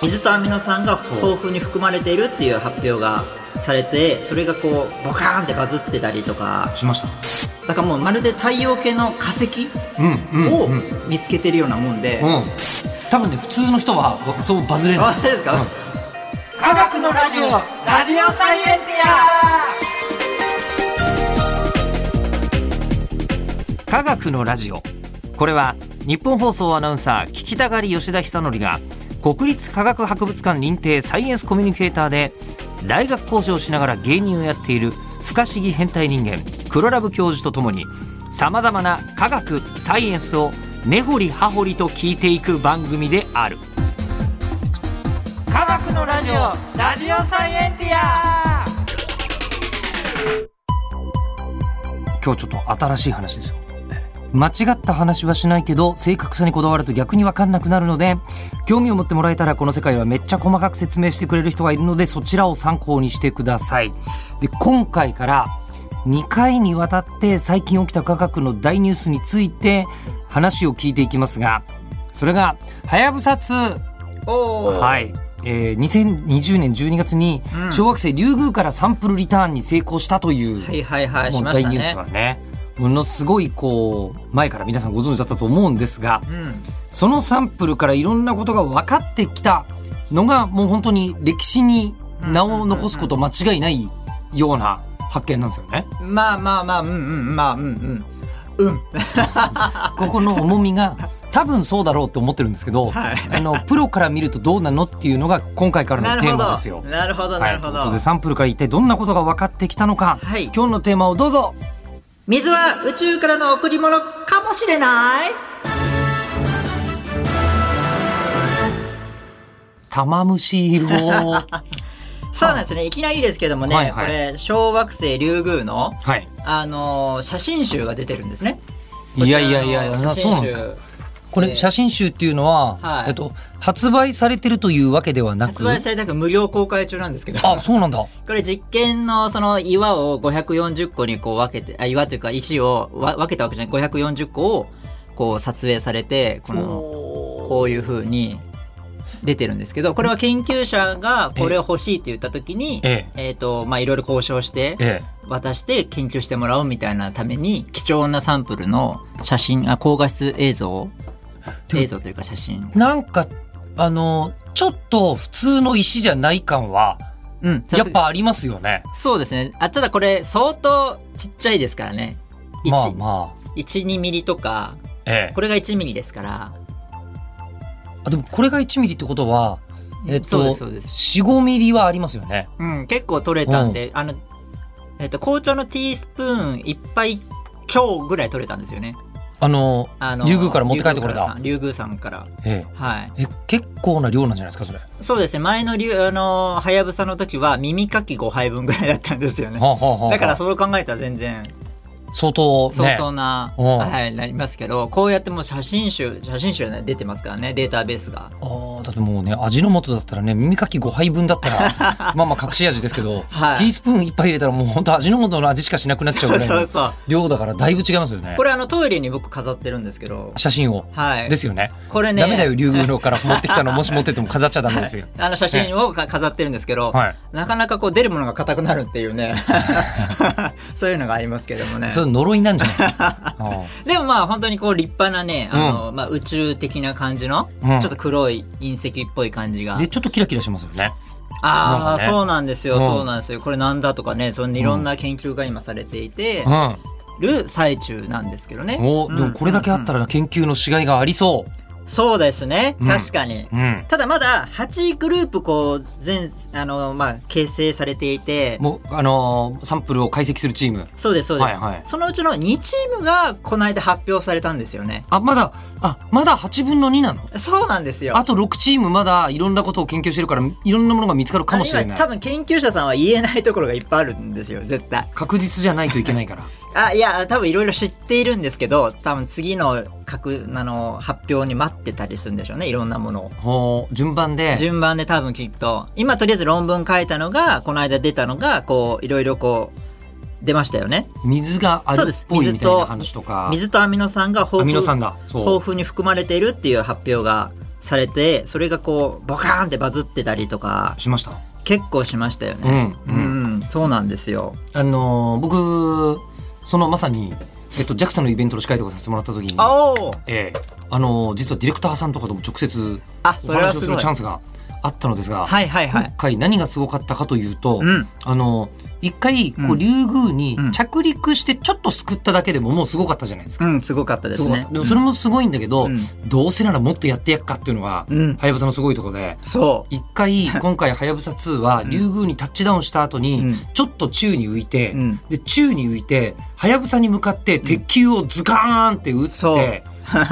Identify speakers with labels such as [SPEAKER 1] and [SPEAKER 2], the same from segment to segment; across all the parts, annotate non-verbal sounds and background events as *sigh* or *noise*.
[SPEAKER 1] 水とアミノ酸が豊富に含まれているっていう発表がされてそれがこうボカーンってバズってたりとか
[SPEAKER 2] しました
[SPEAKER 1] だからもうまるで太陽系の化石
[SPEAKER 2] うんうん
[SPEAKER 1] を
[SPEAKER 2] うんうん
[SPEAKER 1] 見つけてるようなもんで、
[SPEAKER 2] 多分ね普通の人はそうバズれない
[SPEAKER 1] あそうですか、
[SPEAKER 2] 科学のラジオ
[SPEAKER 1] ラジオサイエンテ
[SPEAKER 2] 科学のラジオこれは日本放送アナウンサー聞きたがり吉田久典が国立科学博物館認定サイエンスコミュニケーターで大学講師をしながら芸人をやっている不可思議変態人間黒ラブ教授とともにさまざまな科学サイエンスを根掘り葉掘りと聞いていく番組である科学のラジオラジオサイエンティア今日ちょっと新しい話ですよ間違った話はしないけど正確さにこだわると逆に分かんなくなるので興味を持ってもらえたらこの世界はめっちゃ細かく説明してくれる人がいるのでそちらを参考にしてくださいで今回から2回にわたって最近起きた科学の大ニュースについて話を聞いていきますがそれが「はやぶさ2」
[SPEAKER 1] ィアおー
[SPEAKER 2] はい、えー、2020年12月に
[SPEAKER 1] うん
[SPEAKER 2] 小惑星リュウグウからサンプルリターンに成功したという、
[SPEAKER 1] はいはいはい
[SPEAKER 2] も
[SPEAKER 1] し
[SPEAKER 2] う
[SPEAKER 1] まし
[SPEAKER 2] 大
[SPEAKER 1] た
[SPEAKER 2] ニュー
[SPEAKER 1] ね
[SPEAKER 2] スはねものすごいこう前から皆さんご存知だったと思うんですが
[SPEAKER 1] うん
[SPEAKER 2] そのサンプルからいろんなことが分かってきたのがもう本当に歴史に名を残すこと間違いないような発見なんですよね。
[SPEAKER 1] まあまあまあうんうんまあうんうんうん
[SPEAKER 2] ここの重みが多分そうだろうと思ってるんですけど、
[SPEAKER 1] はい
[SPEAKER 2] あのプロから見るとどうなのっていうのが今回から
[SPEAKER 1] な
[SPEAKER 2] の
[SPEAKER 1] る
[SPEAKER 2] テー
[SPEAKER 1] ほ
[SPEAKER 2] マ
[SPEAKER 1] ど
[SPEAKER 2] ですよ。
[SPEAKER 1] なるほどなるほ
[SPEAKER 2] はい、と
[SPEAKER 1] ど、
[SPEAKER 2] いうことでサンプルから一体どんなことが分かってきたのか、
[SPEAKER 1] はい
[SPEAKER 2] 今日のテーマをどうぞ
[SPEAKER 1] 水は宇宙からの贈り物かもしれない
[SPEAKER 2] 玉虫色
[SPEAKER 1] *laughs*
[SPEAKER 2] を
[SPEAKER 1] そうなんですねいきなりですけどもね、
[SPEAKER 2] はいはい
[SPEAKER 1] これ小惑星リュウグウの、
[SPEAKER 2] はい
[SPEAKER 1] あのー写真集が出てるんですね
[SPEAKER 2] いやいやいやいや
[SPEAKER 1] こちらの
[SPEAKER 2] そうなんですか
[SPEAKER 1] 写真集
[SPEAKER 2] こ
[SPEAKER 1] え
[SPEAKER 2] れ
[SPEAKER 1] ー
[SPEAKER 2] 写真集っていうのは、
[SPEAKER 1] はい
[SPEAKER 2] えっと、発売されてるというわけではな
[SPEAKER 1] 発
[SPEAKER 2] く
[SPEAKER 1] 売されたく無料公開中なんですけど
[SPEAKER 2] あそうなんだ
[SPEAKER 1] これ実験のその岩を540個にこう分けて、あ、岩というか石をわ分けたわけじゃない、540個をこう撮影されて、この、こういう風に出てるんですけど、これは研究者がこれを欲しいって言った時に、
[SPEAKER 2] え
[SPEAKER 1] えっ、と、まあ、いろいろ交渉して、
[SPEAKER 2] え
[SPEAKER 1] 渡して研究してもらおうみたいなために、貴重なサンプルの写真、あ、高画質映像映像というか写真。
[SPEAKER 2] えなんかあのちょっと普通の石じゃない感は
[SPEAKER 1] うん。
[SPEAKER 2] やっぱありますよね
[SPEAKER 1] そうですね。あ、ただこれ相当ちっちゃいですからね。一
[SPEAKER 2] まあま
[SPEAKER 1] 12ミリとか
[SPEAKER 2] あええ
[SPEAKER 1] これが1ミリですから
[SPEAKER 2] あでもこれが1ミリってことはえっ
[SPEAKER 1] そう
[SPEAKER 2] と
[SPEAKER 1] ですそうです
[SPEAKER 2] 45ミリはありますよね
[SPEAKER 1] うん結構取れたんで、あの、えっと、紅茶のティースプーンいっぱい今日ぐらい取れたんですよね
[SPEAKER 2] あの
[SPEAKER 1] あの
[SPEAKER 2] リュウグウから持って帰ってこれた
[SPEAKER 1] リュウグウさんリュウグウさんから
[SPEAKER 2] え
[SPEAKER 1] はい
[SPEAKER 2] ええ結構な量なんじゃないですかそれは
[SPEAKER 1] そうですね前のリュウあのはやぶさの時は耳かき5杯分ぐらいだったんですよ
[SPEAKER 2] あ
[SPEAKER 1] ね
[SPEAKER 2] はあはあ
[SPEAKER 1] だからそう考えたら全然
[SPEAKER 2] 相当ね
[SPEAKER 1] 相当な、
[SPEAKER 2] うん
[SPEAKER 1] はい、なりますけどこうやってもう写真集写真集ね出てますからねデータベースが
[SPEAKER 2] ああ、だってもうね、味の素だったらね、耳かき5杯分だった
[SPEAKER 1] *laughs*
[SPEAKER 2] ら、まあまあ隠し味ですけど、
[SPEAKER 1] はい
[SPEAKER 2] ティースプーン1杯入れたらもう本当味の素の味しかしなくなっちゃ
[SPEAKER 1] そう
[SPEAKER 2] うぐら
[SPEAKER 1] *laughs*
[SPEAKER 2] い
[SPEAKER 1] そう
[SPEAKER 2] の
[SPEAKER 1] そう
[SPEAKER 2] 量だからだいぶ違いますよね
[SPEAKER 1] こ。れあのトイレに僕飾ってるんですけど
[SPEAKER 2] 写真を。
[SPEAKER 1] はい
[SPEAKER 2] ですよね。
[SPEAKER 1] これね
[SPEAKER 2] ダメだよ、竜宮のから持ってきたの、もし持ってっても飾っちゃダメですよ。
[SPEAKER 1] あの写真をか飾ってるんですけど、
[SPEAKER 2] はい。
[SPEAKER 1] なかなかこう出るものが硬くなるっていう
[SPEAKER 2] *laughs*
[SPEAKER 1] ね *laughs* そういうのがありますけどもね
[SPEAKER 2] それ呪いなんじゃないで
[SPEAKER 1] *laughs*
[SPEAKER 2] すか。うん
[SPEAKER 1] でもまあ本当にこう立派なねあの、まあ、宇宙的な感じの、
[SPEAKER 2] うん
[SPEAKER 1] ちょっと黒い隕石っぽい感じが
[SPEAKER 2] で、ちょっとキラキラしますよね。
[SPEAKER 1] ああ、
[SPEAKER 2] なんかね
[SPEAKER 1] そうなんですよ、
[SPEAKER 2] うん
[SPEAKER 1] そうなんですよこれなんだとかねそんないろんな研究が今されていて
[SPEAKER 2] うん。
[SPEAKER 1] る最中なんですけどね、
[SPEAKER 2] お
[SPEAKER 1] うん
[SPEAKER 2] でもこれだけあったら研究のしがいがありそ
[SPEAKER 1] そうですね
[SPEAKER 2] うん
[SPEAKER 1] 確かに、
[SPEAKER 2] う。うん。
[SPEAKER 1] ただまだ8グループこう全あのまあ形成されていて
[SPEAKER 2] もう、あのーサンプルを解析するチーム。
[SPEAKER 1] そうですそうです、
[SPEAKER 2] はいはい
[SPEAKER 1] そのうちの2チームがこの間発表されたんですよね
[SPEAKER 2] あ、まだ、あ、まだ8分の2なの
[SPEAKER 1] そうなんですよ
[SPEAKER 2] あと6チームまだいろんなことを研究してるからいろんなものが見つかるかもしれ
[SPEAKER 1] あ
[SPEAKER 2] な
[SPEAKER 1] 今
[SPEAKER 2] い
[SPEAKER 1] 多分研究者さんは言えないところがいっぱいあるんですよ絶対
[SPEAKER 2] 確実じゃないといけないから
[SPEAKER 1] あいや多分いろいろ知っているんですけど多分次の各あの発表に待ってたりするんでしょうねいろんなものを
[SPEAKER 2] ほう順番で
[SPEAKER 1] 順番で多分きっと今とりあえず論文書いたのがこの間出たのがこういろいろこう出ましたよね
[SPEAKER 2] 水があ
[SPEAKER 1] そ
[SPEAKER 2] るっぽい
[SPEAKER 1] うです
[SPEAKER 2] みたいな話とか
[SPEAKER 1] 水とアミノ酸が豊
[SPEAKER 2] アミ
[SPEAKER 1] 富
[SPEAKER 2] ノ酸だそう
[SPEAKER 1] 豊富に含まれているっていう発表がされてそれがこうボカーンってバズってたりとか
[SPEAKER 2] しました
[SPEAKER 1] 結構しましたよね。
[SPEAKER 2] う
[SPEAKER 1] うんん、
[SPEAKER 2] う
[SPEAKER 1] そうなんですよ。
[SPEAKER 2] あのー僕そのまさに、えっと、JAXA のイベントの司会とかさせてもらった時に
[SPEAKER 1] お
[SPEAKER 2] ええあのー実はディレクターさんとかとも直接
[SPEAKER 1] あ
[SPEAKER 2] お
[SPEAKER 1] それは
[SPEAKER 2] 話
[SPEAKER 1] す
[SPEAKER 2] をす
[SPEAKER 1] ご
[SPEAKER 2] る
[SPEAKER 1] い
[SPEAKER 2] チャ。ンスがあったのですが、
[SPEAKER 1] はいはいは
[SPEAKER 2] 今
[SPEAKER 1] い。
[SPEAKER 2] 回何がすごかったかというと、
[SPEAKER 1] うん
[SPEAKER 2] あのー一回こ
[SPEAKER 1] う
[SPEAKER 2] うんリュウグウに
[SPEAKER 1] うん
[SPEAKER 2] 着陸してちょっとすくっただけでももうすごかったじゃないですか。
[SPEAKER 1] うんすごかったですす
[SPEAKER 2] ごかっ
[SPEAKER 1] ね
[SPEAKER 2] た。でもそれもすごいんだけど、
[SPEAKER 1] うん
[SPEAKER 2] どうせならもっとやってやっかっていうのが、
[SPEAKER 1] うん、うん
[SPEAKER 2] はやぶさのすごいところで、
[SPEAKER 1] そ
[SPEAKER 2] 一回、今回、はやぶさ2は、
[SPEAKER 1] ん
[SPEAKER 2] リュウグウにタッチダウンした後
[SPEAKER 1] う。う
[SPEAKER 2] に
[SPEAKER 1] ん、
[SPEAKER 2] ちょっと宙に浮いて、
[SPEAKER 1] うん
[SPEAKER 2] で、宙に浮いて、はやぶさに向かって、鉄球をズカーンって打
[SPEAKER 1] そう
[SPEAKER 2] って、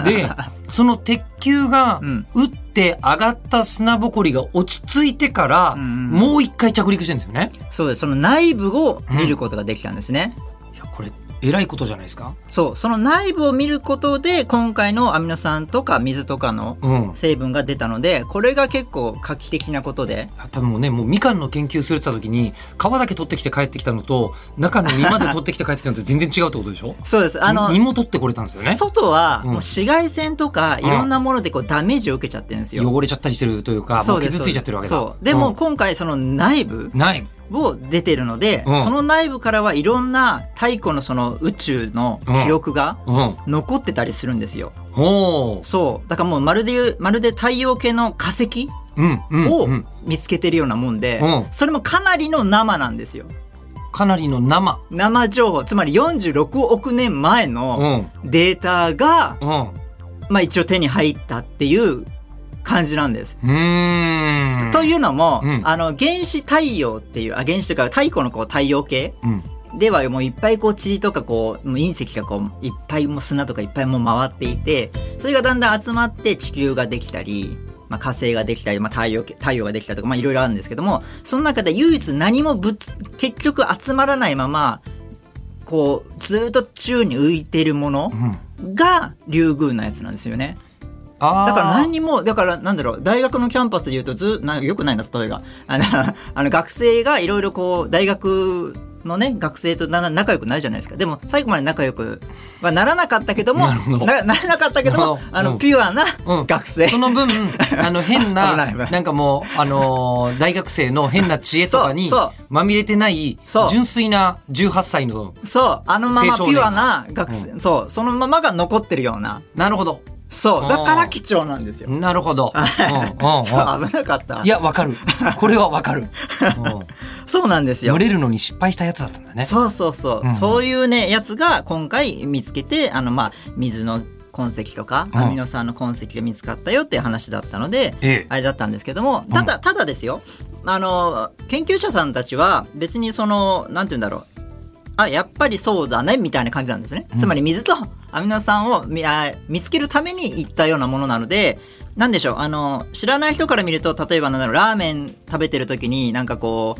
[SPEAKER 2] で、その鉄球が
[SPEAKER 1] うん、
[SPEAKER 2] 打って上がった砂ぼこりが落ち着いてから、
[SPEAKER 1] うんうん
[SPEAKER 2] もう一回着陸してるんですよね。
[SPEAKER 1] そうですその内部を見ることができたんですね。
[SPEAKER 2] いや、これ、えらいことじゃないですか。
[SPEAKER 1] そうその内部を見ることで今回のアミノ酸とか水とかの
[SPEAKER 2] うん。
[SPEAKER 1] 成分が出たのでこれが結構画期的なことで
[SPEAKER 2] 多分もうね、もうみかんの研究するって言った時に、皮だけ取ってきて帰ってきたのと、中の実まで取ってきて帰ってきたのと全然違うってことでしょ
[SPEAKER 1] そうですあの
[SPEAKER 2] 実も取ってこれたんですよね。
[SPEAKER 1] 外は
[SPEAKER 2] うん
[SPEAKER 1] もう紫外線とかいろんなものでこうダメージを受けちゃってるんですよ。
[SPEAKER 2] 汚れちゃったりしてるというか、も
[SPEAKER 1] そううです
[SPEAKER 2] 傷ついちゃってるわけだ。
[SPEAKER 1] そうでも
[SPEAKER 2] う
[SPEAKER 1] 今回その内部
[SPEAKER 2] んない。
[SPEAKER 1] を出てるので、
[SPEAKER 2] うん
[SPEAKER 1] その内部からはいろんな太古のその宇宙の記録が
[SPEAKER 2] うん。
[SPEAKER 1] 残ってたりするんですよ。
[SPEAKER 2] おー
[SPEAKER 1] そうだからもうまるで言うまるで太陽系の化石
[SPEAKER 2] うん。うん。
[SPEAKER 1] を
[SPEAKER 2] うん
[SPEAKER 1] 見つけてるようなもんで、
[SPEAKER 2] うん
[SPEAKER 1] それもかなりの生なんですよ。
[SPEAKER 2] かなりの生。
[SPEAKER 1] 生情報つまり46億年前
[SPEAKER 2] うん。う
[SPEAKER 1] の
[SPEAKER 2] ん。
[SPEAKER 1] データが、
[SPEAKER 2] う
[SPEAKER 1] まあ、一応手に入ったっていう感じなんです。
[SPEAKER 2] ーん。
[SPEAKER 1] というのも、
[SPEAKER 2] うん
[SPEAKER 1] あの原始太陽っていうあ原始というか太古のこう太陽系
[SPEAKER 2] うん。
[SPEAKER 1] ではもういっぱいこう塵とかこうもう隕石がこういっぱいもう砂とかいっぱいもう回っていてそれがだんだん集まって地球ができたり、まあ、火星ができたり、まあ、太陽系太陽ができたりとかまあいろいろあるんですけどもその中で唯一何もぶつ結局集まらないままこうずーっと宙に浮いてるもの
[SPEAKER 2] うん。
[SPEAKER 1] がリュウグウのやつなんですよね。
[SPEAKER 2] あー
[SPEAKER 1] だから何にもだからなんだろう大学のキャンパスで言うとずなよくないな例えがあの *laughs* あの学生がいろいろこう大学のね学生とだんだん仲良くなるじゃないですかでも最後まで仲良くはならなかったけども
[SPEAKER 2] なるほど
[SPEAKER 1] なならなかったけど
[SPEAKER 2] な
[SPEAKER 1] も
[SPEAKER 2] るほど
[SPEAKER 1] あ
[SPEAKER 2] う
[SPEAKER 1] の
[SPEAKER 2] ん
[SPEAKER 1] ピュアな
[SPEAKER 2] うん
[SPEAKER 1] 学生、
[SPEAKER 2] *laughs* その
[SPEAKER 1] *laughs*
[SPEAKER 2] 分、あの、変な、
[SPEAKER 1] 危ない危ない
[SPEAKER 2] なんかもう、あのー大学生の変な知恵とかに
[SPEAKER 1] そうそう、
[SPEAKER 2] まみれてない
[SPEAKER 1] そ、う
[SPEAKER 2] 純粋な18歳の、
[SPEAKER 1] そうあのままピ
[SPEAKER 2] 青少年
[SPEAKER 1] ュアな学生、そうそのままが残ってるような
[SPEAKER 2] なるほど。
[SPEAKER 1] そうだから貴重なんですよ、
[SPEAKER 2] なる
[SPEAKER 1] *laughs*
[SPEAKER 2] ほど。うんうんうん
[SPEAKER 1] そう危なかった
[SPEAKER 2] いや、わかる。これはわ
[SPEAKER 1] *laughs*
[SPEAKER 2] かる。うん
[SPEAKER 1] そうなんですよ
[SPEAKER 2] 乗れるのに失敗したやつだったんだね。
[SPEAKER 1] そうそうそう、
[SPEAKER 2] うん
[SPEAKER 1] そういうねやつが今回見つけてあのまあ水の痕跡とか
[SPEAKER 2] うん
[SPEAKER 1] アミノ酸の痕跡が見つかったよっていう話だったので、
[SPEAKER 2] ええ
[SPEAKER 1] あれだったんですけどもただただですよあの研究者さんたちは別にそのなんて言うんだろうあやっぱりそうだねみたいな感じなんですね、
[SPEAKER 2] うん
[SPEAKER 1] つまり水とアミノ酸をみあ見つけるために行ったようなものなのでなんでしょうあの知らない人から見ると例えばなんだろうラーメン食べてる時になんかこ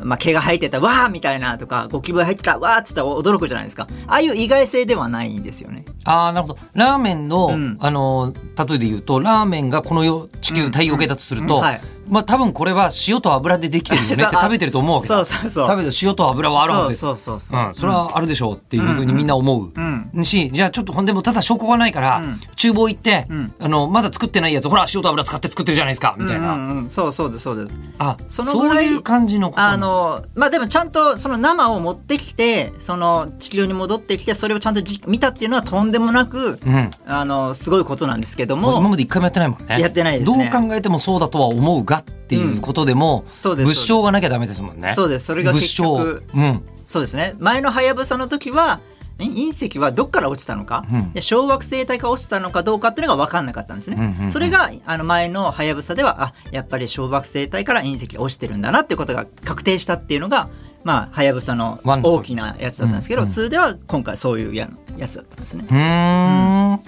[SPEAKER 1] う、まあ、毛が生えてたわーみたいなとかゴキブリ入ってたわーっつったら驚くじゃないですかああいう意外性ではないんですよね
[SPEAKER 2] ああ、なるほど。ラーメンの、
[SPEAKER 1] うん
[SPEAKER 2] あの、例えで言うと、ラーメンがこのよ地球、太陽系だとする
[SPEAKER 1] う
[SPEAKER 2] と、
[SPEAKER 1] んはい
[SPEAKER 2] まあ多分これは塩と油でできてるよねって
[SPEAKER 1] そうあ
[SPEAKER 2] 食べてると思うわけだ。
[SPEAKER 1] そうそうそう
[SPEAKER 2] 食べて塩と油はあるはずです。
[SPEAKER 1] そうそうそうそう
[SPEAKER 2] うん、それはあるでしょうっていうふうにみんな思う。
[SPEAKER 1] うん
[SPEAKER 2] し、じゃあちょっとほんでもただ証拠がないから、
[SPEAKER 1] うん
[SPEAKER 2] 厨房行って、
[SPEAKER 1] うん
[SPEAKER 2] あの、まだ作ってないやつ、ほら、塩と油使って作ってるじゃないですか、みたいな。
[SPEAKER 1] うんうんうん、そうそうですそうです
[SPEAKER 2] あ、そ
[SPEAKER 1] そのぐらいう
[SPEAKER 2] いう感じのことな
[SPEAKER 1] あのまあでもちゃんとその生を持ってきてその地球に戻ってきてそれをちゃんとじ見たっていうのはとんでもなく
[SPEAKER 2] うん。
[SPEAKER 1] あのすごいことなんですけど
[SPEAKER 2] もう今
[SPEAKER 1] も
[SPEAKER 2] まで一回もやってないもんね。
[SPEAKER 1] やってないですね
[SPEAKER 2] どう考えてもそうだとは思うがっていうことでも、
[SPEAKER 1] そうです
[SPEAKER 2] 物証がなきゃダメですもんね。
[SPEAKER 1] そうですそれが結局
[SPEAKER 2] 物証。うん。
[SPEAKER 1] そうですね前のはやぶさの時はん隕石はどっから落ちたのか、
[SPEAKER 2] うん
[SPEAKER 1] で小惑星帯が落ちたのかどうかっていうのが分かんなかったんですね、
[SPEAKER 2] うんうんうん
[SPEAKER 1] それがあの前のはやぶさではあやっぱり小惑星帯から隕石が落ちてるんだなっていうことが確定したっていうのがまあはやぶさの
[SPEAKER 2] ワンダフル
[SPEAKER 1] 大きなやつだったんですけど、
[SPEAKER 2] うんうん
[SPEAKER 1] 2では今回そういうややつだったんですね
[SPEAKER 2] うーん。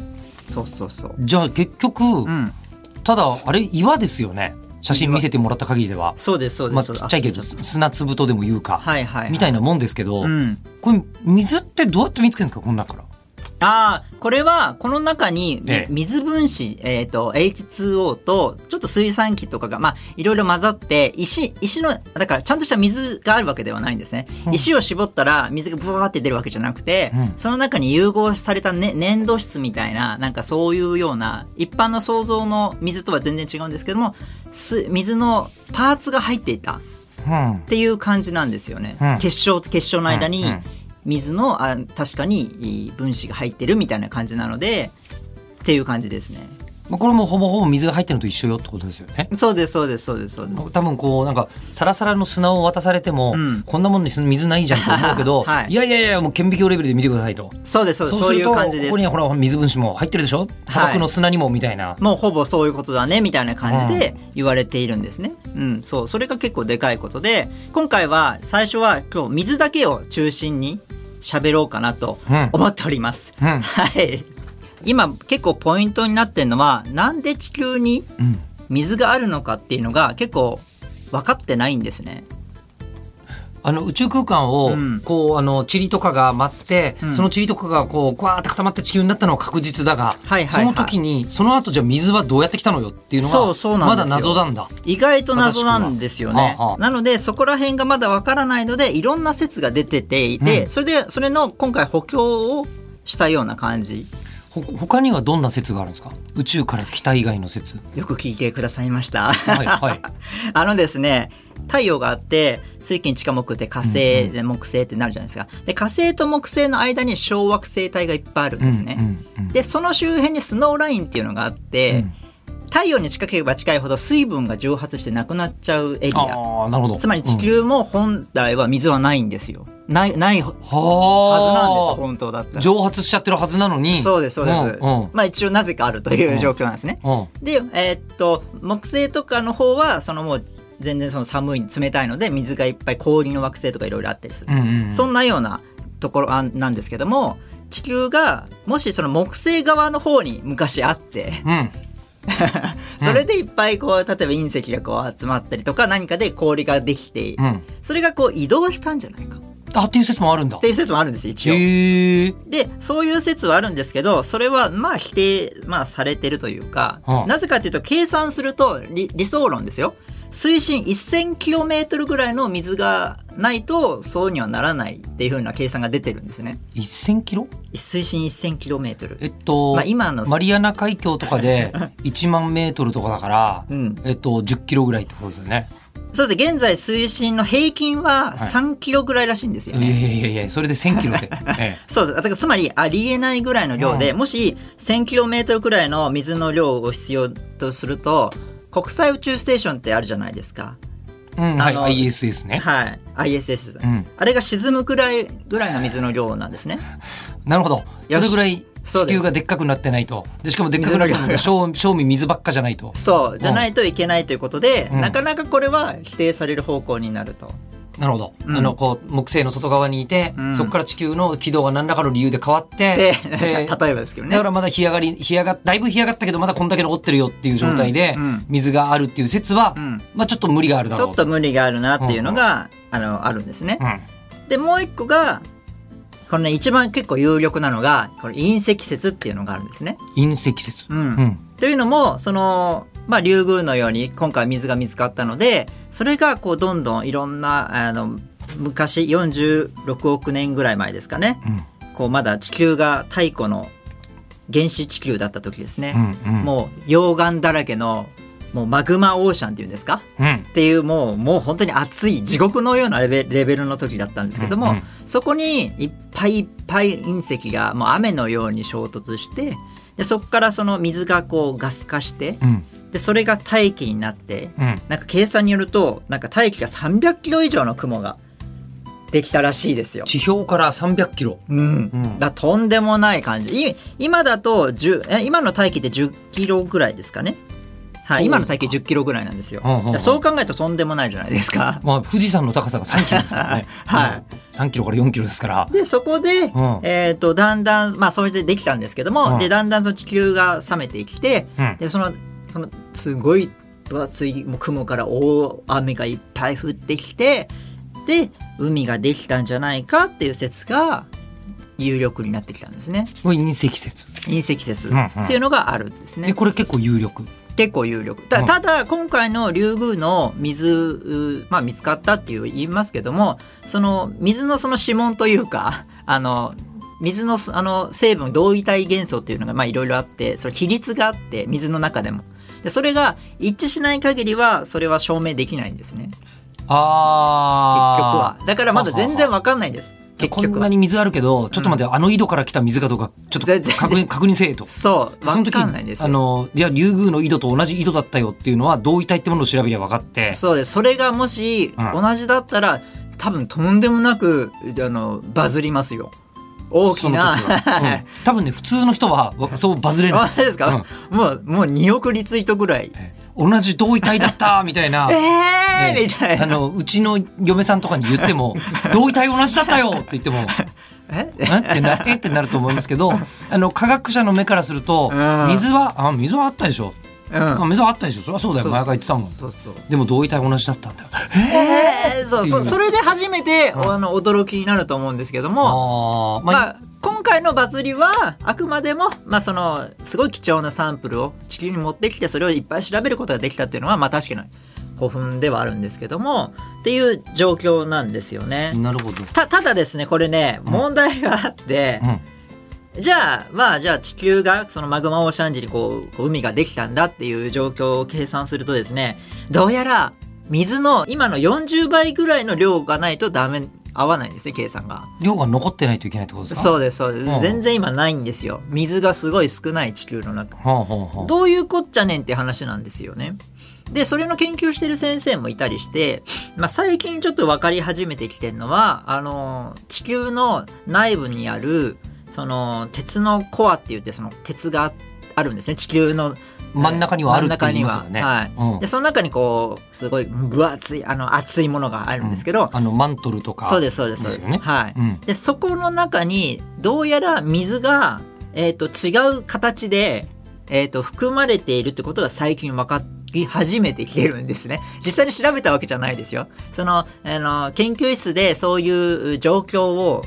[SPEAKER 1] そうそうそう。
[SPEAKER 2] じゃあ結局、
[SPEAKER 1] うん、
[SPEAKER 2] ただあれ岩ですよね写真見せてもらった限りでは、
[SPEAKER 1] そうですそうです。
[SPEAKER 2] まあ、
[SPEAKER 1] そ
[SPEAKER 2] ち
[SPEAKER 1] うです
[SPEAKER 2] っちゃいけど
[SPEAKER 1] あ
[SPEAKER 2] 砂粒とでも言うか、
[SPEAKER 1] はいはいはい、
[SPEAKER 2] みたいなもんですけど、
[SPEAKER 1] うん。
[SPEAKER 2] これ水ってどうやって見つけるんですかこの中から。
[SPEAKER 1] ああこれはこの中に、み
[SPEAKER 2] ええ
[SPEAKER 1] 水分子、えー、と H2O とちょっと水産機とかが、まあ、いろいろ混ざって石石のだからちゃんとした水があるわけではないんですね、
[SPEAKER 2] うん
[SPEAKER 1] 石を絞ったら水がブワーって出るわけじゃなくて、
[SPEAKER 2] うん
[SPEAKER 1] その中に融合された、ね、粘土質みたいななんかそういうような一般の想像の水とは全然違うんですけどもす水のパーツが入っていた
[SPEAKER 2] うん
[SPEAKER 1] っていう感じなんですよね、
[SPEAKER 2] うん
[SPEAKER 1] 結晶と結晶の間に
[SPEAKER 2] うんうん
[SPEAKER 1] 水のあ確かにいい分子が入ってるみたいな感じなのでっていう感じですね
[SPEAKER 2] まあ、これもほぼほぼ水が入ってるのと一緒よってことですよね。
[SPEAKER 1] そうですそうですそうですそうです
[SPEAKER 2] 多分こうなんかサラサラの砂を渡されても、
[SPEAKER 1] うん
[SPEAKER 2] こんなもんに水ないじゃんと思うけど、、
[SPEAKER 1] *laughs* はいい
[SPEAKER 2] やいやいやもう顕微鏡レベルで見てくださいと
[SPEAKER 1] そうですそうですそういう感じ
[SPEAKER 2] こ
[SPEAKER 1] で
[SPEAKER 2] こ
[SPEAKER 1] す
[SPEAKER 2] にはほら水分子も入ってるでしょ砂漠の砂にもみたいな、
[SPEAKER 1] もうほぼそういうことだねみたいな感じで言われているんですね。うん、そう、それが結構でかいことで、今回は最初は今日水だけを中心に喋ろうかなと
[SPEAKER 2] うん
[SPEAKER 1] 思っております。
[SPEAKER 2] うん
[SPEAKER 1] はい。今結構ポイントになってるのは、なんで地球に
[SPEAKER 2] うん
[SPEAKER 1] 水があるのかっていうのが結構分かってないんですね。
[SPEAKER 2] あの宇宙空間を
[SPEAKER 1] うん
[SPEAKER 2] こうあの塵とかが舞って、
[SPEAKER 1] うん
[SPEAKER 2] その塵とかがこうわーって固まって地球になったのは確実だが、
[SPEAKER 1] はいはいはい
[SPEAKER 2] その時にその後じゃあ水はどうやって来たのよっていうのが
[SPEAKER 1] そうそうな
[SPEAKER 2] ま
[SPEAKER 1] んで
[SPEAKER 2] だ
[SPEAKER 1] すよ
[SPEAKER 2] 謎なんだ。
[SPEAKER 1] 意外と謎なんですよ
[SPEAKER 2] 正し
[SPEAKER 1] ね
[SPEAKER 2] くははあはあ。
[SPEAKER 1] なのでそこら辺がまだわからないのでいろんな説が出てていて、
[SPEAKER 2] うん
[SPEAKER 1] それでそれの今回補強をしたような感じ
[SPEAKER 2] ほ他にはどんな説があるんですか宇宙から来た以外の説。
[SPEAKER 1] よく聞いてくださいました。
[SPEAKER 2] はいはい。
[SPEAKER 1] *laughs* あのですね、太陽があって、水金地下木って火
[SPEAKER 2] うんう
[SPEAKER 1] 星
[SPEAKER 2] ん
[SPEAKER 1] で木星ってなるじゃないですか。で、火星と木星の間に小惑星帯がいっぱいあるんですね。
[SPEAKER 2] うんうんうん
[SPEAKER 1] で、その周辺にスノーラインっていうのがあって、太陽に近ければ近いほど水分が蒸発してなくなっちゃうエリア。
[SPEAKER 2] ああなるほど。
[SPEAKER 1] つまり地
[SPEAKER 2] うん
[SPEAKER 1] 球も本来は水はないんですよ。ない、ないはずなんですよ、
[SPEAKER 2] はあ。
[SPEAKER 1] 本当だったら。
[SPEAKER 2] 蒸発しちゃってるはずなのに。
[SPEAKER 1] そうです、そうです。
[SPEAKER 2] うんうん
[SPEAKER 1] まあ一応なぜかあるという状況なんですね。
[SPEAKER 2] うん
[SPEAKER 1] で、えーっと木星とかの方はそのもう全然その寒い冷たいので水がいっぱい氷の惑星とかいろいろあったりする、
[SPEAKER 2] うんうんうん
[SPEAKER 1] そんなようなところあなんですけども地球がもしその木星側の方に昔あって
[SPEAKER 2] うん
[SPEAKER 1] それでいっぱいこう例えば隕石がこう集まったりとか何かで氷ができて、
[SPEAKER 2] うん。
[SPEAKER 1] それがこう移動したんじゃないかっ
[SPEAKER 2] あっていう説もあるんだ
[SPEAKER 1] て。いう説もあるんですよ一応。
[SPEAKER 2] へえ。
[SPEAKER 1] でそういう説はあるんですけどそれはまあ否定、まあ、されてるというか、
[SPEAKER 2] はあ
[SPEAKER 1] なぜかというと計算すると理理想論ですよ水深 1000km ぐらいの水がないとそうにはならないっていうふうな計算が出てるんですね
[SPEAKER 2] 1000キロ？
[SPEAKER 1] 水深 1000km
[SPEAKER 2] えっと、
[SPEAKER 1] まあ今の
[SPEAKER 2] マリアナ海峡とかで
[SPEAKER 1] *laughs*
[SPEAKER 2] 1万メートルとかだから、
[SPEAKER 1] うん
[SPEAKER 2] えっと10キロぐらいってことですよね。
[SPEAKER 1] そうですね現在水深の平均は 3km ぐらいらしいんですよ
[SPEAKER 2] い
[SPEAKER 1] ね、
[SPEAKER 2] やいやいやいやそれで1000キロ
[SPEAKER 1] *laughs*
[SPEAKER 2] で。ええ
[SPEAKER 1] そうですだからつまりありえないぐらいの量で、
[SPEAKER 2] う
[SPEAKER 1] もし 1000km くらいの水の量を必要とすると国際宇宙ステーションってあるじゃないですか
[SPEAKER 2] うんは
[SPEAKER 1] あ
[SPEAKER 2] い
[SPEAKER 1] の
[SPEAKER 2] ISS ね。
[SPEAKER 1] はい、ISS、
[SPEAKER 2] うん
[SPEAKER 1] あれが沈むくらいぐらいの水の量なんですね。
[SPEAKER 2] なるほど。それぐらい
[SPEAKER 1] そう
[SPEAKER 2] 地
[SPEAKER 1] です
[SPEAKER 2] 球がでっかくなってないと。でしかもでっかくなっても正正味水ばっかじゃないと。
[SPEAKER 1] そうじゃないといけないということで、
[SPEAKER 2] うん
[SPEAKER 1] なかなかこれは否定される方向になると。
[SPEAKER 2] なるほど。
[SPEAKER 1] うん
[SPEAKER 2] あのこう木星の外側にいて、
[SPEAKER 1] うん
[SPEAKER 2] そこから地球の軌道が何らかの理由で変わって
[SPEAKER 1] で、
[SPEAKER 2] で
[SPEAKER 1] 例えばですけど
[SPEAKER 2] だ
[SPEAKER 1] ね
[SPEAKER 2] か。らまだ干上がり干上がだいぶ干上がったけどまだこんだけ残ってるよっていう状態で
[SPEAKER 1] うんうん
[SPEAKER 2] 水があるっていう説は、
[SPEAKER 1] うん
[SPEAKER 2] まあちょっと無理があるだ
[SPEAKER 1] ち
[SPEAKER 2] ろ
[SPEAKER 1] ょ
[SPEAKER 2] う
[SPEAKER 1] っと無理があるなっていうのが、あのあるんですね。
[SPEAKER 2] うん
[SPEAKER 1] でもう一個がこの、ね、一番結構有力なのがこの隕石説っていうのがあるんですね。
[SPEAKER 2] 隕石説。
[SPEAKER 1] うんというのもその、まあ、リュウグウのように今回水が見つかったのでそれがこうどんどんいろんなあの昔46億年ぐらい前ですかね
[SPEAKER 2] うん
[SPEAKER 1] こうまだ地球が太古の原始地球だった時です
[SPEAKER 2] う
[SPEAKER 1] ね、
[SPEAKER 2] んうん
[SPEAKER 1] もう溶岩だらけのもうマグマオーシャンっていうんですか
[SPEAKER 2] うん
[SPEAKER 1] っていうもうもう本当に熱い地獄のようなレベレベルの時だったんですけども、
[SPEAKER 2] うんうん
[SPEAKER 1] そこにいっぱいいっぱい隕石がもう雨のように衝突してでそこからその水がこうガス化して
[SPEAKER 2] うん
[SPEAKER 1] でそれが大気になって
[SPEAKER 2] うん
[SPEAKER 1] なんか計算によるとなんか大気が300キロ以上の雲ができたらしいですよ。
[SPEAKER 2] 地表から300キロ。
[SPEAKER 1] うん
[SPEAKER 2] うん
[SPEAKER 1] だとんでもない感じい今だと10え今の大気って1 0キロぐらいですかね、は
[SPEAKER 2] そう
[SPEAKER 1] い、今の大気1 0キロぐらいなんですよ、
[SPEAKER 2] うんうんうん
[SPEAKER 1] そう考えるととんでもないじゃないですか。
[SPEAKER 2] まあ富士山の高さが3キロですからね
[SPEAKER 1] *laughs* はい
[SPEAKER 2] うん。3キロから4キロですから。
[SPEAKER 1] でそこで、
[SPEAKER 2] ん
[SPEAKER 1] えっとだんだんまあそれでできたんですけども、
[SPEAKER 2] うん
[SPEAKER 1] でだんだんその地球が冷めてきて
[SPEAKER 2] うん
[SPEAKER 1] でそのこのすごい分厚いもう雲から大雨がいっぱい降ってきてで海ができたんじゃないかっていう説が有力になってきたんですね
[SPEAKER 2] これ隕石説。
[SPEAKER 1] 隕石説
[SPEAKER 2] うんうん
[SPEAKER 1] っていうのがあるんですね、
[SPEAKER 2] でこれ結構有力。
[SPEAKER 1] 結構有力た
[SPEAKER 2] うん
[SPEAKER 1] ただ今回のリュウグウの水、うまあ、見つかったっていう言いますけどもその水のその指紋というか *laughs* あの水のそあの成分同位体元素っていうのがまあいろいろあってそれ比率があって水の中でもでそれが一致しない限りはそれは証明できないんですね結局
[SPEAKER 2] あ
[SPEAKER 1] はだからまだ全然わかんないんです結
[SPEAKER 2] 結局は。こ
[SPEAKER 1] 局
[SPEAKER 2] んな
[SPEAKER 1] は
[SPEAKER 2] に水あるけど、ちょっと待って、あの井戸から来た水かどうか、ちょっ
[SPEAKER 1] 全
[SPEAKER 2] と
[SPEAKER 1] 然
[SPEAKER 2] 確認、確認せえと。
[SPEAKER 1] そう
[SPEAKER 2] その
[SPEAKER 1] *laughs* わ
[SPEAKER 2] 時
[SPEAKER 1] かんないんです
[SPEAKER 2] あ
[SPEAKER 1] よ
[SPEAKER 2] の、じゃあ、リュウグウの井戸と同じ井戸だったよっていうのは、同位体ってものを調べりゃ分かって、
[SPEAKER 1] そうですそれがもし
[SPEAKER 2] うん
[SPEAKER 1] 同じだったら、多分とんでもなくあのバズりますよ大きな
[SPEAKER 2] その時はうん多分ね、普通の人は、わそうバズれ
[SPEAKER 1] *laughs*
[SPEAKER 2] な
[SPEAKER 1] あ
[SPEAKER 2] い。
[SPEAKER 1] れですか、もうもう2億リツイートぐらい
[SPEAKER 2] 同じ同位体だったみたいな。
[SPEAKER 1] ええー
[SPEAKER 2] ね
[SPEAKER 1] みたいな
[SPEAKER 2] あの、うちの嫁さんとかに言っても、同位体同じだったよって言っても、
[SPEAKER 1] え
[SPEAKER 2] えってな、えってなると思いますけど、あの、科学者の目からすると、
[SPEAKER 1] うん
[SPEAKER 2] 水は、あ、水はあったでしょ。
[SPEAKER 1] うん
[SPEAKER 2] あ、水はあったでしょ。そりゃそうだよ。前から言ってたもん。
[SPEAKER 1] そうそうそう
[SPEAKER 2] でも同位体同じだったんだよ。
[SPEAKER 1] えーそうそ
[SPEAKER 2] っ
[SPEAKER 1] う
[SPEAKER 2] ていう
[SPEAKER 1] それで初めて、
[SPEAKER 2] うん
[SPEAKER 1] あの驚きになると思うんですけども
[SPEAKER 2] あー、まあ、
[SPEAKER 1] まあ、今回のバズりはあくまでも、まあ、そのすごい貴重なサンプルを地球に持ってきてそれをいっぱい調べることができたっていうのは、まあ、確かに古墳ではあるんですけどもっていう状況なんですよね。
[SPEAKER 2] なるほど。
[SPEAKER 1] たただですねこれね
[SPEAKER 2] ん
[SPEAKER 1] 問題があって
[SPEAKER 2] う、ん。
[SPEAKER 1] じゃあまあじゃあ地球がそのマグマオーシャン時にこうこう海ができたんだっていう状況を計算するとですねどうやら水の今の40倍ぐらいの量がないとダメ合わないんですね計算が
[SPEAKER 2] 量が残ってないといけないってことですか。
[SPEAKER 1] そううですそうです、
[SPEAKER 2] うん
[SPEAKER 1] 全然今ないんですよ水がすごい少ない地球の中
[SPEAKER 2] はあ、はあはあ、
[SPEAKER 1] どういうこっちゃねんって話なんですよね。で、それの研究してる先生もいたりして、まあ、最近ちょっと分かり始めてきてるのは、あの、地球の内部にある、その、鉄のコアって言って、その、鉄があるんですね。地球の
[SPEAKER 2] 真ん中にはあるって
[SPEAKER 1] 真ん中
[SPEAKER 2] 言い
[SPEAKER 1] に
[SPEAKER 2] ますよね。
[SPEAKER 1] は
[SPEAKER 2] うん
[SPEAKER 1] で、その中にこう、すごい分厚い、あの、厚いものがあるんですけど、
[SPEAKER 2] あの、マントルとか。
[SPEAKER 1] そうです、そうです、
[SPEAKER 2] で
[SPEAKER 1] そう
[SPEAKER 2] す
[SPEAKER 1] です。
[SPEAKER 2] よね
[SPEAKER 1] はい。
[SPEAKER 2] うん。
[SPEAKER 1] で、そこの中に、どうやら水が、えっ、と、違う形で、えっ、と、含まれているってことが最近分かり始めてきてるんですね。実際に調べたわけじゃないですよ。その、あの、研究室でそういう状況を、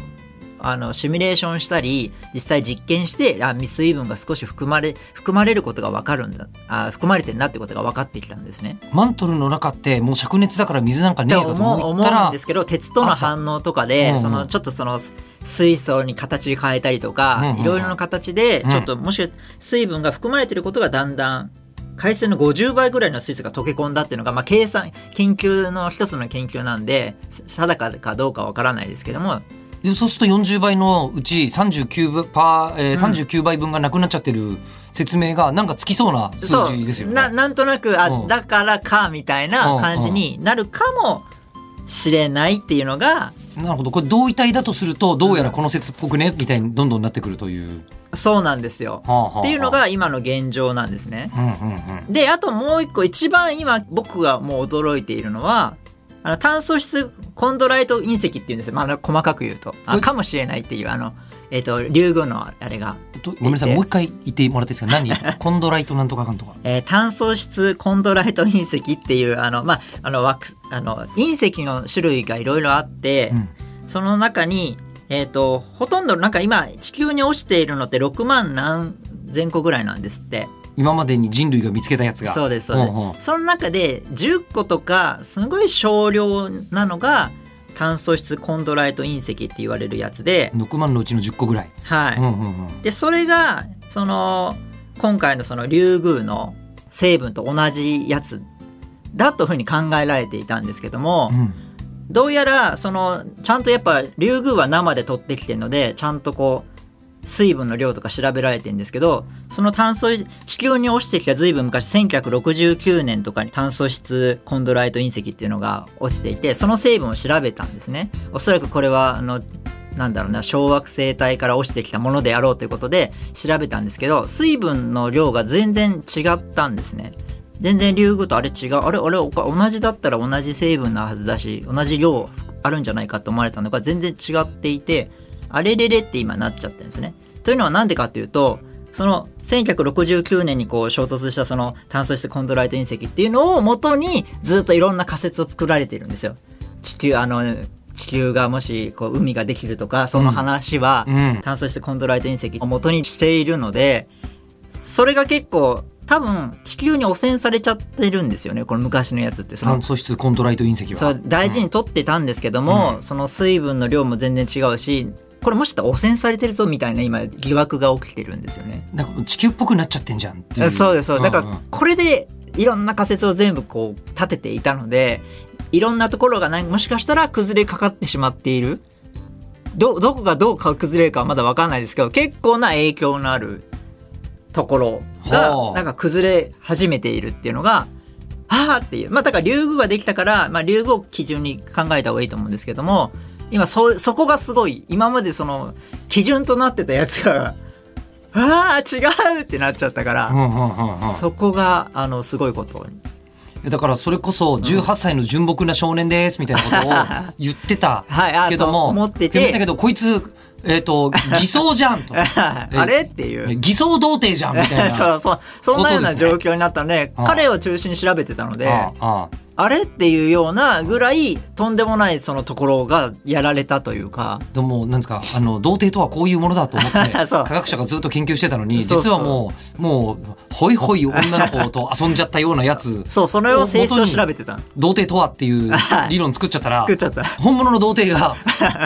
[SPEAKER 1] あの、シミュレーションしたり、実際実験して、あ、水水分が少し含まれ、含まれることが分かるんだ、あ含まれてるなってことが分かってきたんですね。
[SPEAKER 2] マントルの中って、もう灼熱だから水なんか
[SPEAKER 1] っ
[SPEAKER 2] ね
[SPEAKER 1] て
[SPEAKER 2] えかと
[SPEAKER 1] 思う
[SPEAKER 2] 思った
[SPEAKER 1] 思うん
[SPEAKER 2] ら
[SPEAKER 1] で、すけど鉄との反応とかで、
[SPEAKER 2] あった
[SPEAKER 1] そ
[SPEAKER 2] うんう
[SPEAKER 1] の
[SPEAKER 2] ん
[SPEAKER 1] ちょっとその水素に形変えたりとか、
[SPEAKER 2] うんうんうん
[SPEAKER 1] いろいろな形で
[SPEAKER 2] うん
[SPEAKER 1] ちょっともしか水分が含まれてることがだんだん海水の50倍ぐらいの水素が溶け込んだっていうのが、まあ、計算研究の一つの研究なんでさ定かかどうかわからないですけども
[SPEAKER 2] でもそうすると40倍のうち39分パー、えー
[SPEAKER 1] うん
[SPEAKER 2] 39倍分がなくなっちゃってる説明がなんかつきそうな数字ですよ
[SPEAKER 1] そうな
[SPEAKER 2] ね。
[SPEAKER 1] なんとなくあ、
[SPEAKER 2] うん
[SPEAKER 1] だからかみたいな感じになるかもしれないっていうのが
[SPEAKER 2] なるほどこれ同位体だとするとどうやらこの説っぽくねみたいにどんどんなってくるという。
[SPEAKER 1] そうなんですよ。
[SPEAKER 2] はあはあはあ
[SPEAKER 1] っていうの、が今の現状なんですね。
[SPEAKER 2] うんうんうん、
[SPEAKER 1] であともう一個一番今僕がもう驚いているのはあの炭素質コンドライト隕石っていうんですよ、まああの、細かく言うと
[SPEAKER 2] ど
[SPEAKER 1] あ
[SPEAKER 2] う
[SPEAKER 1] かもしれないっていうあの、えっと竜宮のあれが、
[SPEAKER 2] とごめんなさいもう一回言ってもらっていいです
[SPEAKER 1] *laughs*
[SPEAKER 2] か何コンドライトなんとかかんとか。
[SPEAKER 1] えー炭素質コンドライト隕石っていうあの、まあ、あの惑あの隕石の種類がいろいろあって、
[SPEAKER 2] うん
[SPEAKER 1] その中に、えっとほとんどなんか今地球に落ちているのって6万何千個ぐらいなんですって。
[SPEAKER 2] 今までに人類が見つけたやつが。
[SPEAKER 1] そうですそうです、
[SPEAKER 2] んん
[SPEAKER 1] その中で10個とかすごい少量なのが炭素質コンドライト隕石って言われるやつで、
[SPEAKER 2] 6万のうちの10個ぐらい。
[SPEAKER 1] は
[SPEAKER 2] う
[SPEAKER 1] い
[SPEAKER 2] んうんうん
[SPEAKER 1] でそれがその今回のそのリュウグウの成分と同じやつだというふうに考えられていたんですけども、
[SPEAKER 2] うん
[SPEAKER 1] どうやらそのちゃんとやっぱリュウグウは生で取ってきてるのでちゃんとこう水分の量とか調べられてるんですけどその炭素地球に落ちてきた随分昔1969年とかに炭素質コンドライト隕石っていうのが落ちていてその成分を調べたんですねおそらくこれはあのなんだろうな小惑星帯から落ちてきたものであろうということで調べたんですけど水分の量が全然違ったんですね全然竜宮とあれ違うあれあれおか同じだったら同じ成分なはずだし同じ量あるんじゃないかと思われたのが全然違っていてあれれれって今なっちゃってるんですね。というのはなんでかっていうとその1969年にこう衝突したその炭素質コンドライト隕石っていうのを元にずっといろんな仮説を作られているんですよ。地球あの地球がもしこう海ができるとかその話は、
[SPEAKER 2] うん
[SPEAKER 1] 炭素質コントライト隕石を元にしているのでそれが結構多分地球に汚染されちゃってるんですよねこの昔のやつってその
[SPEAKER 2] 炭素質コントライト隕石は
[SPEAKER 1] そう大事に取ってたんですけども、その水分の量も全然違うしこれもしかしたら汚染されてるぞみたいな今疑惑が起きてるんですよね。
[SPEAKER 2] なんか地球っぽくなっちゃってんじゃんっていう
[SPEAKER 1] そうですそうですだか
[SPEAKER 2] ん
[SPEAKER 1] ら
[SPEAKER 2] ん
[SPEAKER 1] これでいろんな仮説を全部こう立てていたのでいろんなところがなんもしかしたら崩れかかってしまっているどどこがどうか崩れるかはまだ分かんないですけど結構な影響のあるところ
[SPEAKER 2] は
[SPEAKER 1] が
[SPEAKER 2] あ
[SPEAKER 1] なんか崩れ始めているっていうのがはあっていうまあだから竜宮ができたから、まあ、竜宮を基準に考えた方がいいと思うんですけども今そそこがすごい今までその基準となってたやつが「ああ違う!」ってなっちゃったから。
[SPEAKER 2] うんうんうんうん
[SPEAKER 1] そこがあのすごいことに
[SPEAKER 2] だからそれこそ18歳の純朴な少年ですみたいな
[SPEAKER 1] *laughs*
[SPEAKER 2] ことを言ってた
[SPEAKER 1] はいあ
[SPEAKER 2] けど
[SPEAKER 1] と
[SPEAKER 2] も、
[SPEAKER 1] 思って
[SPEAKER 2] 言ったけ
[SPEAKER 1] て
[SPEAKER 2] どこいつ、えっ
[SPEAKER 1] *laughs*
[SPEAKER 2] と偽装じゃんと
[SPEAKER 1] あれって *laughs* いう
[SPEAKER 2] 偽装童貞じゃんみたいな。
[SPEAKER 1] *laughs* そうそうそんなような
[SPEAKER 2] ことです
[SPEAKER 1] 状況
[SPEAKER 2] ね
[SPEAKER 1] になったので
[SPEAKER 2] うん
[SPEAKER 1] 彼を中心に調べてたので
[SPEAKER 2] あああ
[SPEAKER 1] あれっていうようなぐらいとんでもないそのところがやられたというか
[SPEAKER 2] でもなんですかあの童貞とはこういうものだと思っ
[SPEAKER 1] *laughs*
[SPEAKER 2] て
[SPEAKER 1] そう
[SPEAKER 2] 科学者がずっと研究してたのに
[SPEAKER 1] そうそう
[SPEAKER 2] 実はもうもうホイホイ女の子と遊んじゃったようなや
[SPEAKER 1] *laughs*
[SPEAKER 2] つ
[SPEAKER 1] そうそれを性質を調べてた
[SPEAKER 2] 童貞とはっていう理論作っちゃったら
[SPEAKER 1] 作っちゃった
[SPEAKER 2] 本物の童
[SPEAKER 1] *laughs*
[SPEAKER 2] 貞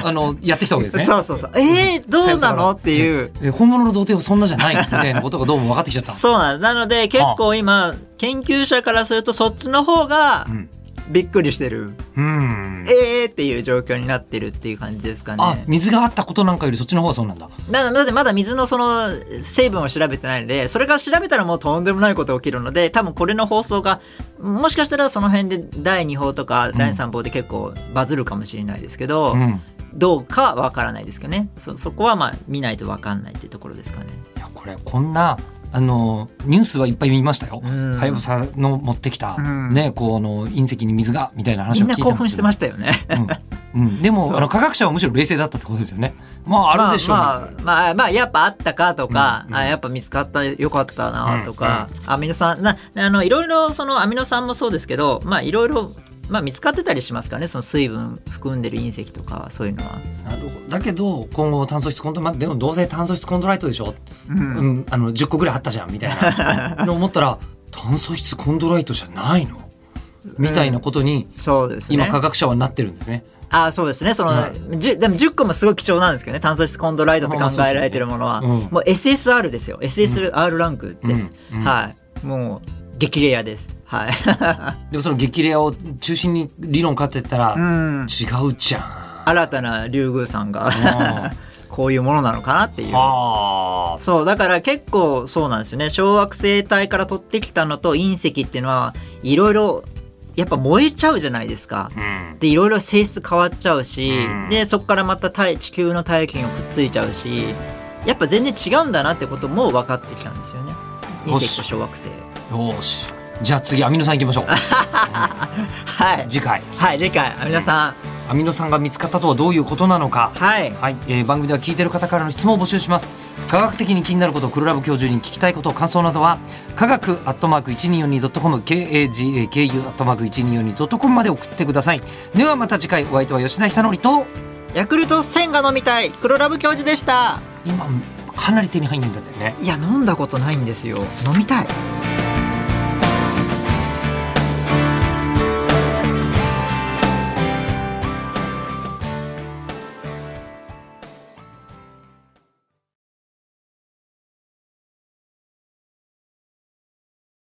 [SPEAKER 2] があのやってきたわけですね。
[SPEAKER 1] そうそうそうえー、どうなのっていう
[SPEAKER 2] え本物の童貞はそんなじゃないみたいなことがどうも分かってきちゃった。
[SPEAKER 1] そうなんですなので結構今研究者からするとそっちの方が
[SPEAKER 2] ん
[SPEAKER 1] びっくりしてる
[SPEAKER 2] うん。
[SPEAKER 1] えーっていう状況になってるっていう感じですかね
[SPEAKER 2] あ、水があったことなんかよりそっちの方がそうなんだ。
[SPEAKER 1] だだってまだ水のその成分を調べてないので、それから調べたらもうとんでもないことが起きるので、多分これの放送が、もしかしたらその辺で第2報とか第3報で結構バズるかもしれないですけど、
[SPEAKER 2] うん。
[SPEAKER 1] どうかわからないですけどね。そ、そこはまあ見ないとわかんないっていうところですかね。
[SPEAKER 2] いやこれこんなあのニュースはいっぱい見ましたよ。
[SPEAKER 1] うん
[SPEAKER 2] はやぶさの持ってきた、
[SPEAKER 1] うん
[SPEAKER 2] ねこうあの隕石に水がみたいな
[SPEAKER 1] み
[SPEAKER 2] 話
[SPEAKER 1] ん
[SPEAKER 2] を聞い
[SPEAKER 1] な
[SPEAKER 2] た
[SPEAKER 1] 興奮してま
[SPEAKER 2] し
[SPEAKER 1] したよね。
[SPEAKER 2] た。うん。うんでもあの科学者はむしろ冷静だったってことですよね。まああるでしょう。
[SPEAKER 1] まあ、まあ、まあまあやっぱあったかとか、
[SPEAKER 2] うんうん
[SPEAKER 1] あやっぱ見つかったよかったなとか、アミノ酸なあのいろいろそのアミノ酸もそうですけどまあいろいろ、まあ、見つかってたりしますからねその水分含んでる隕石とかそういうのは。
[SPEAKER 2] なるほどだけど今後炭素質コント、まあ、でもどうせ炭素質コントライトでしょ、
[SPEAKER 1] う
[SPEAKER 2] うん
[SPEAKER 1] ん
[SPEAKER 2] あの10個ぐらいあったじゃんみたい
[SPEAKER 1] *laughs*
[SPEAKER 2] な思ったら炭素質コントライトじゃないのみたいなことに
[SPEAKER 1] そうですね。
[SPEAKER 2] 今科学者はなってるんですね。
[SPEAKER 1] あそうですね。その、
[SPEAKER 2] は
[SPEAKER 1] じゅでも10個もすごい貴重なんですけどね。炭素質コンドライトって考えられてるものは。
[SPEAKER 2] あそうですねうん
[SPEAKER 1] もう SSR ですよ。SSR ランクです。
[SPEAKER 2] うんうん
[SPEAKER 1] はい。もう、激レアです。はい。
[SPEAKER 2] でもその激レアを中心に理論勝ってったら、
[SPEAKER 1] うん
[SPEAKER 2] 違うじゃん。
[SPEAKER 1] *laughs* 新たな竜宮さんが
[SPEAKER 2] あ
[SPEAKER 1] こういうものなのかなっていう。
[SPEAKER 2] *laughs* はあ。
[SPEAKER 1] そうだから結構そうなんですよね小惑星帯から取ってきたのと隕石っていうのはいろいろやっぱ燃えちゃうじゃないですか。
[SPEAKER 2] うん。
[SPEAKER 1] でいろいろ性質変わっちゃうし、
[SPEAKER 2] うん
[SPEAKER 1] でそこからまた体地球の大気圏をくっついちゃうしやっぱ全然違うんだなってことも分かってきたんですよね隕
[SPEAKER 2] よし
[SPEAKER 1] 石と小惑星。
[SPEAKER 2] よーし。じゃあ次、アミノ酸いきましょう。
[SPEAKER 1] はい、
[SPEAKER 2] 次回、
[SPEAKER 1] はい、次回皆さん、
[SPEAKER 2] アミノ酸が見つかったとはどういうことなのか。
[SPEAKER 1] はい
[SPEAKER 2] はい、えー番組では聞いてる方からの質問を募集します科学的に気になること黒ラブ教授に聞きたいこと感想などは科学アットマーク 1242.com kagaku アットマーク 1242.com まで送ってくださいではまた次回お相手は吉田久典と
[SPEAKER 1] ヤクルト1000が飲みたい黒ラブ教授でした
[SPEAKER 2] 今かなり手に入んないんだったよね
[SPEAKER 1] いや飲んだことないんですよ飲みたい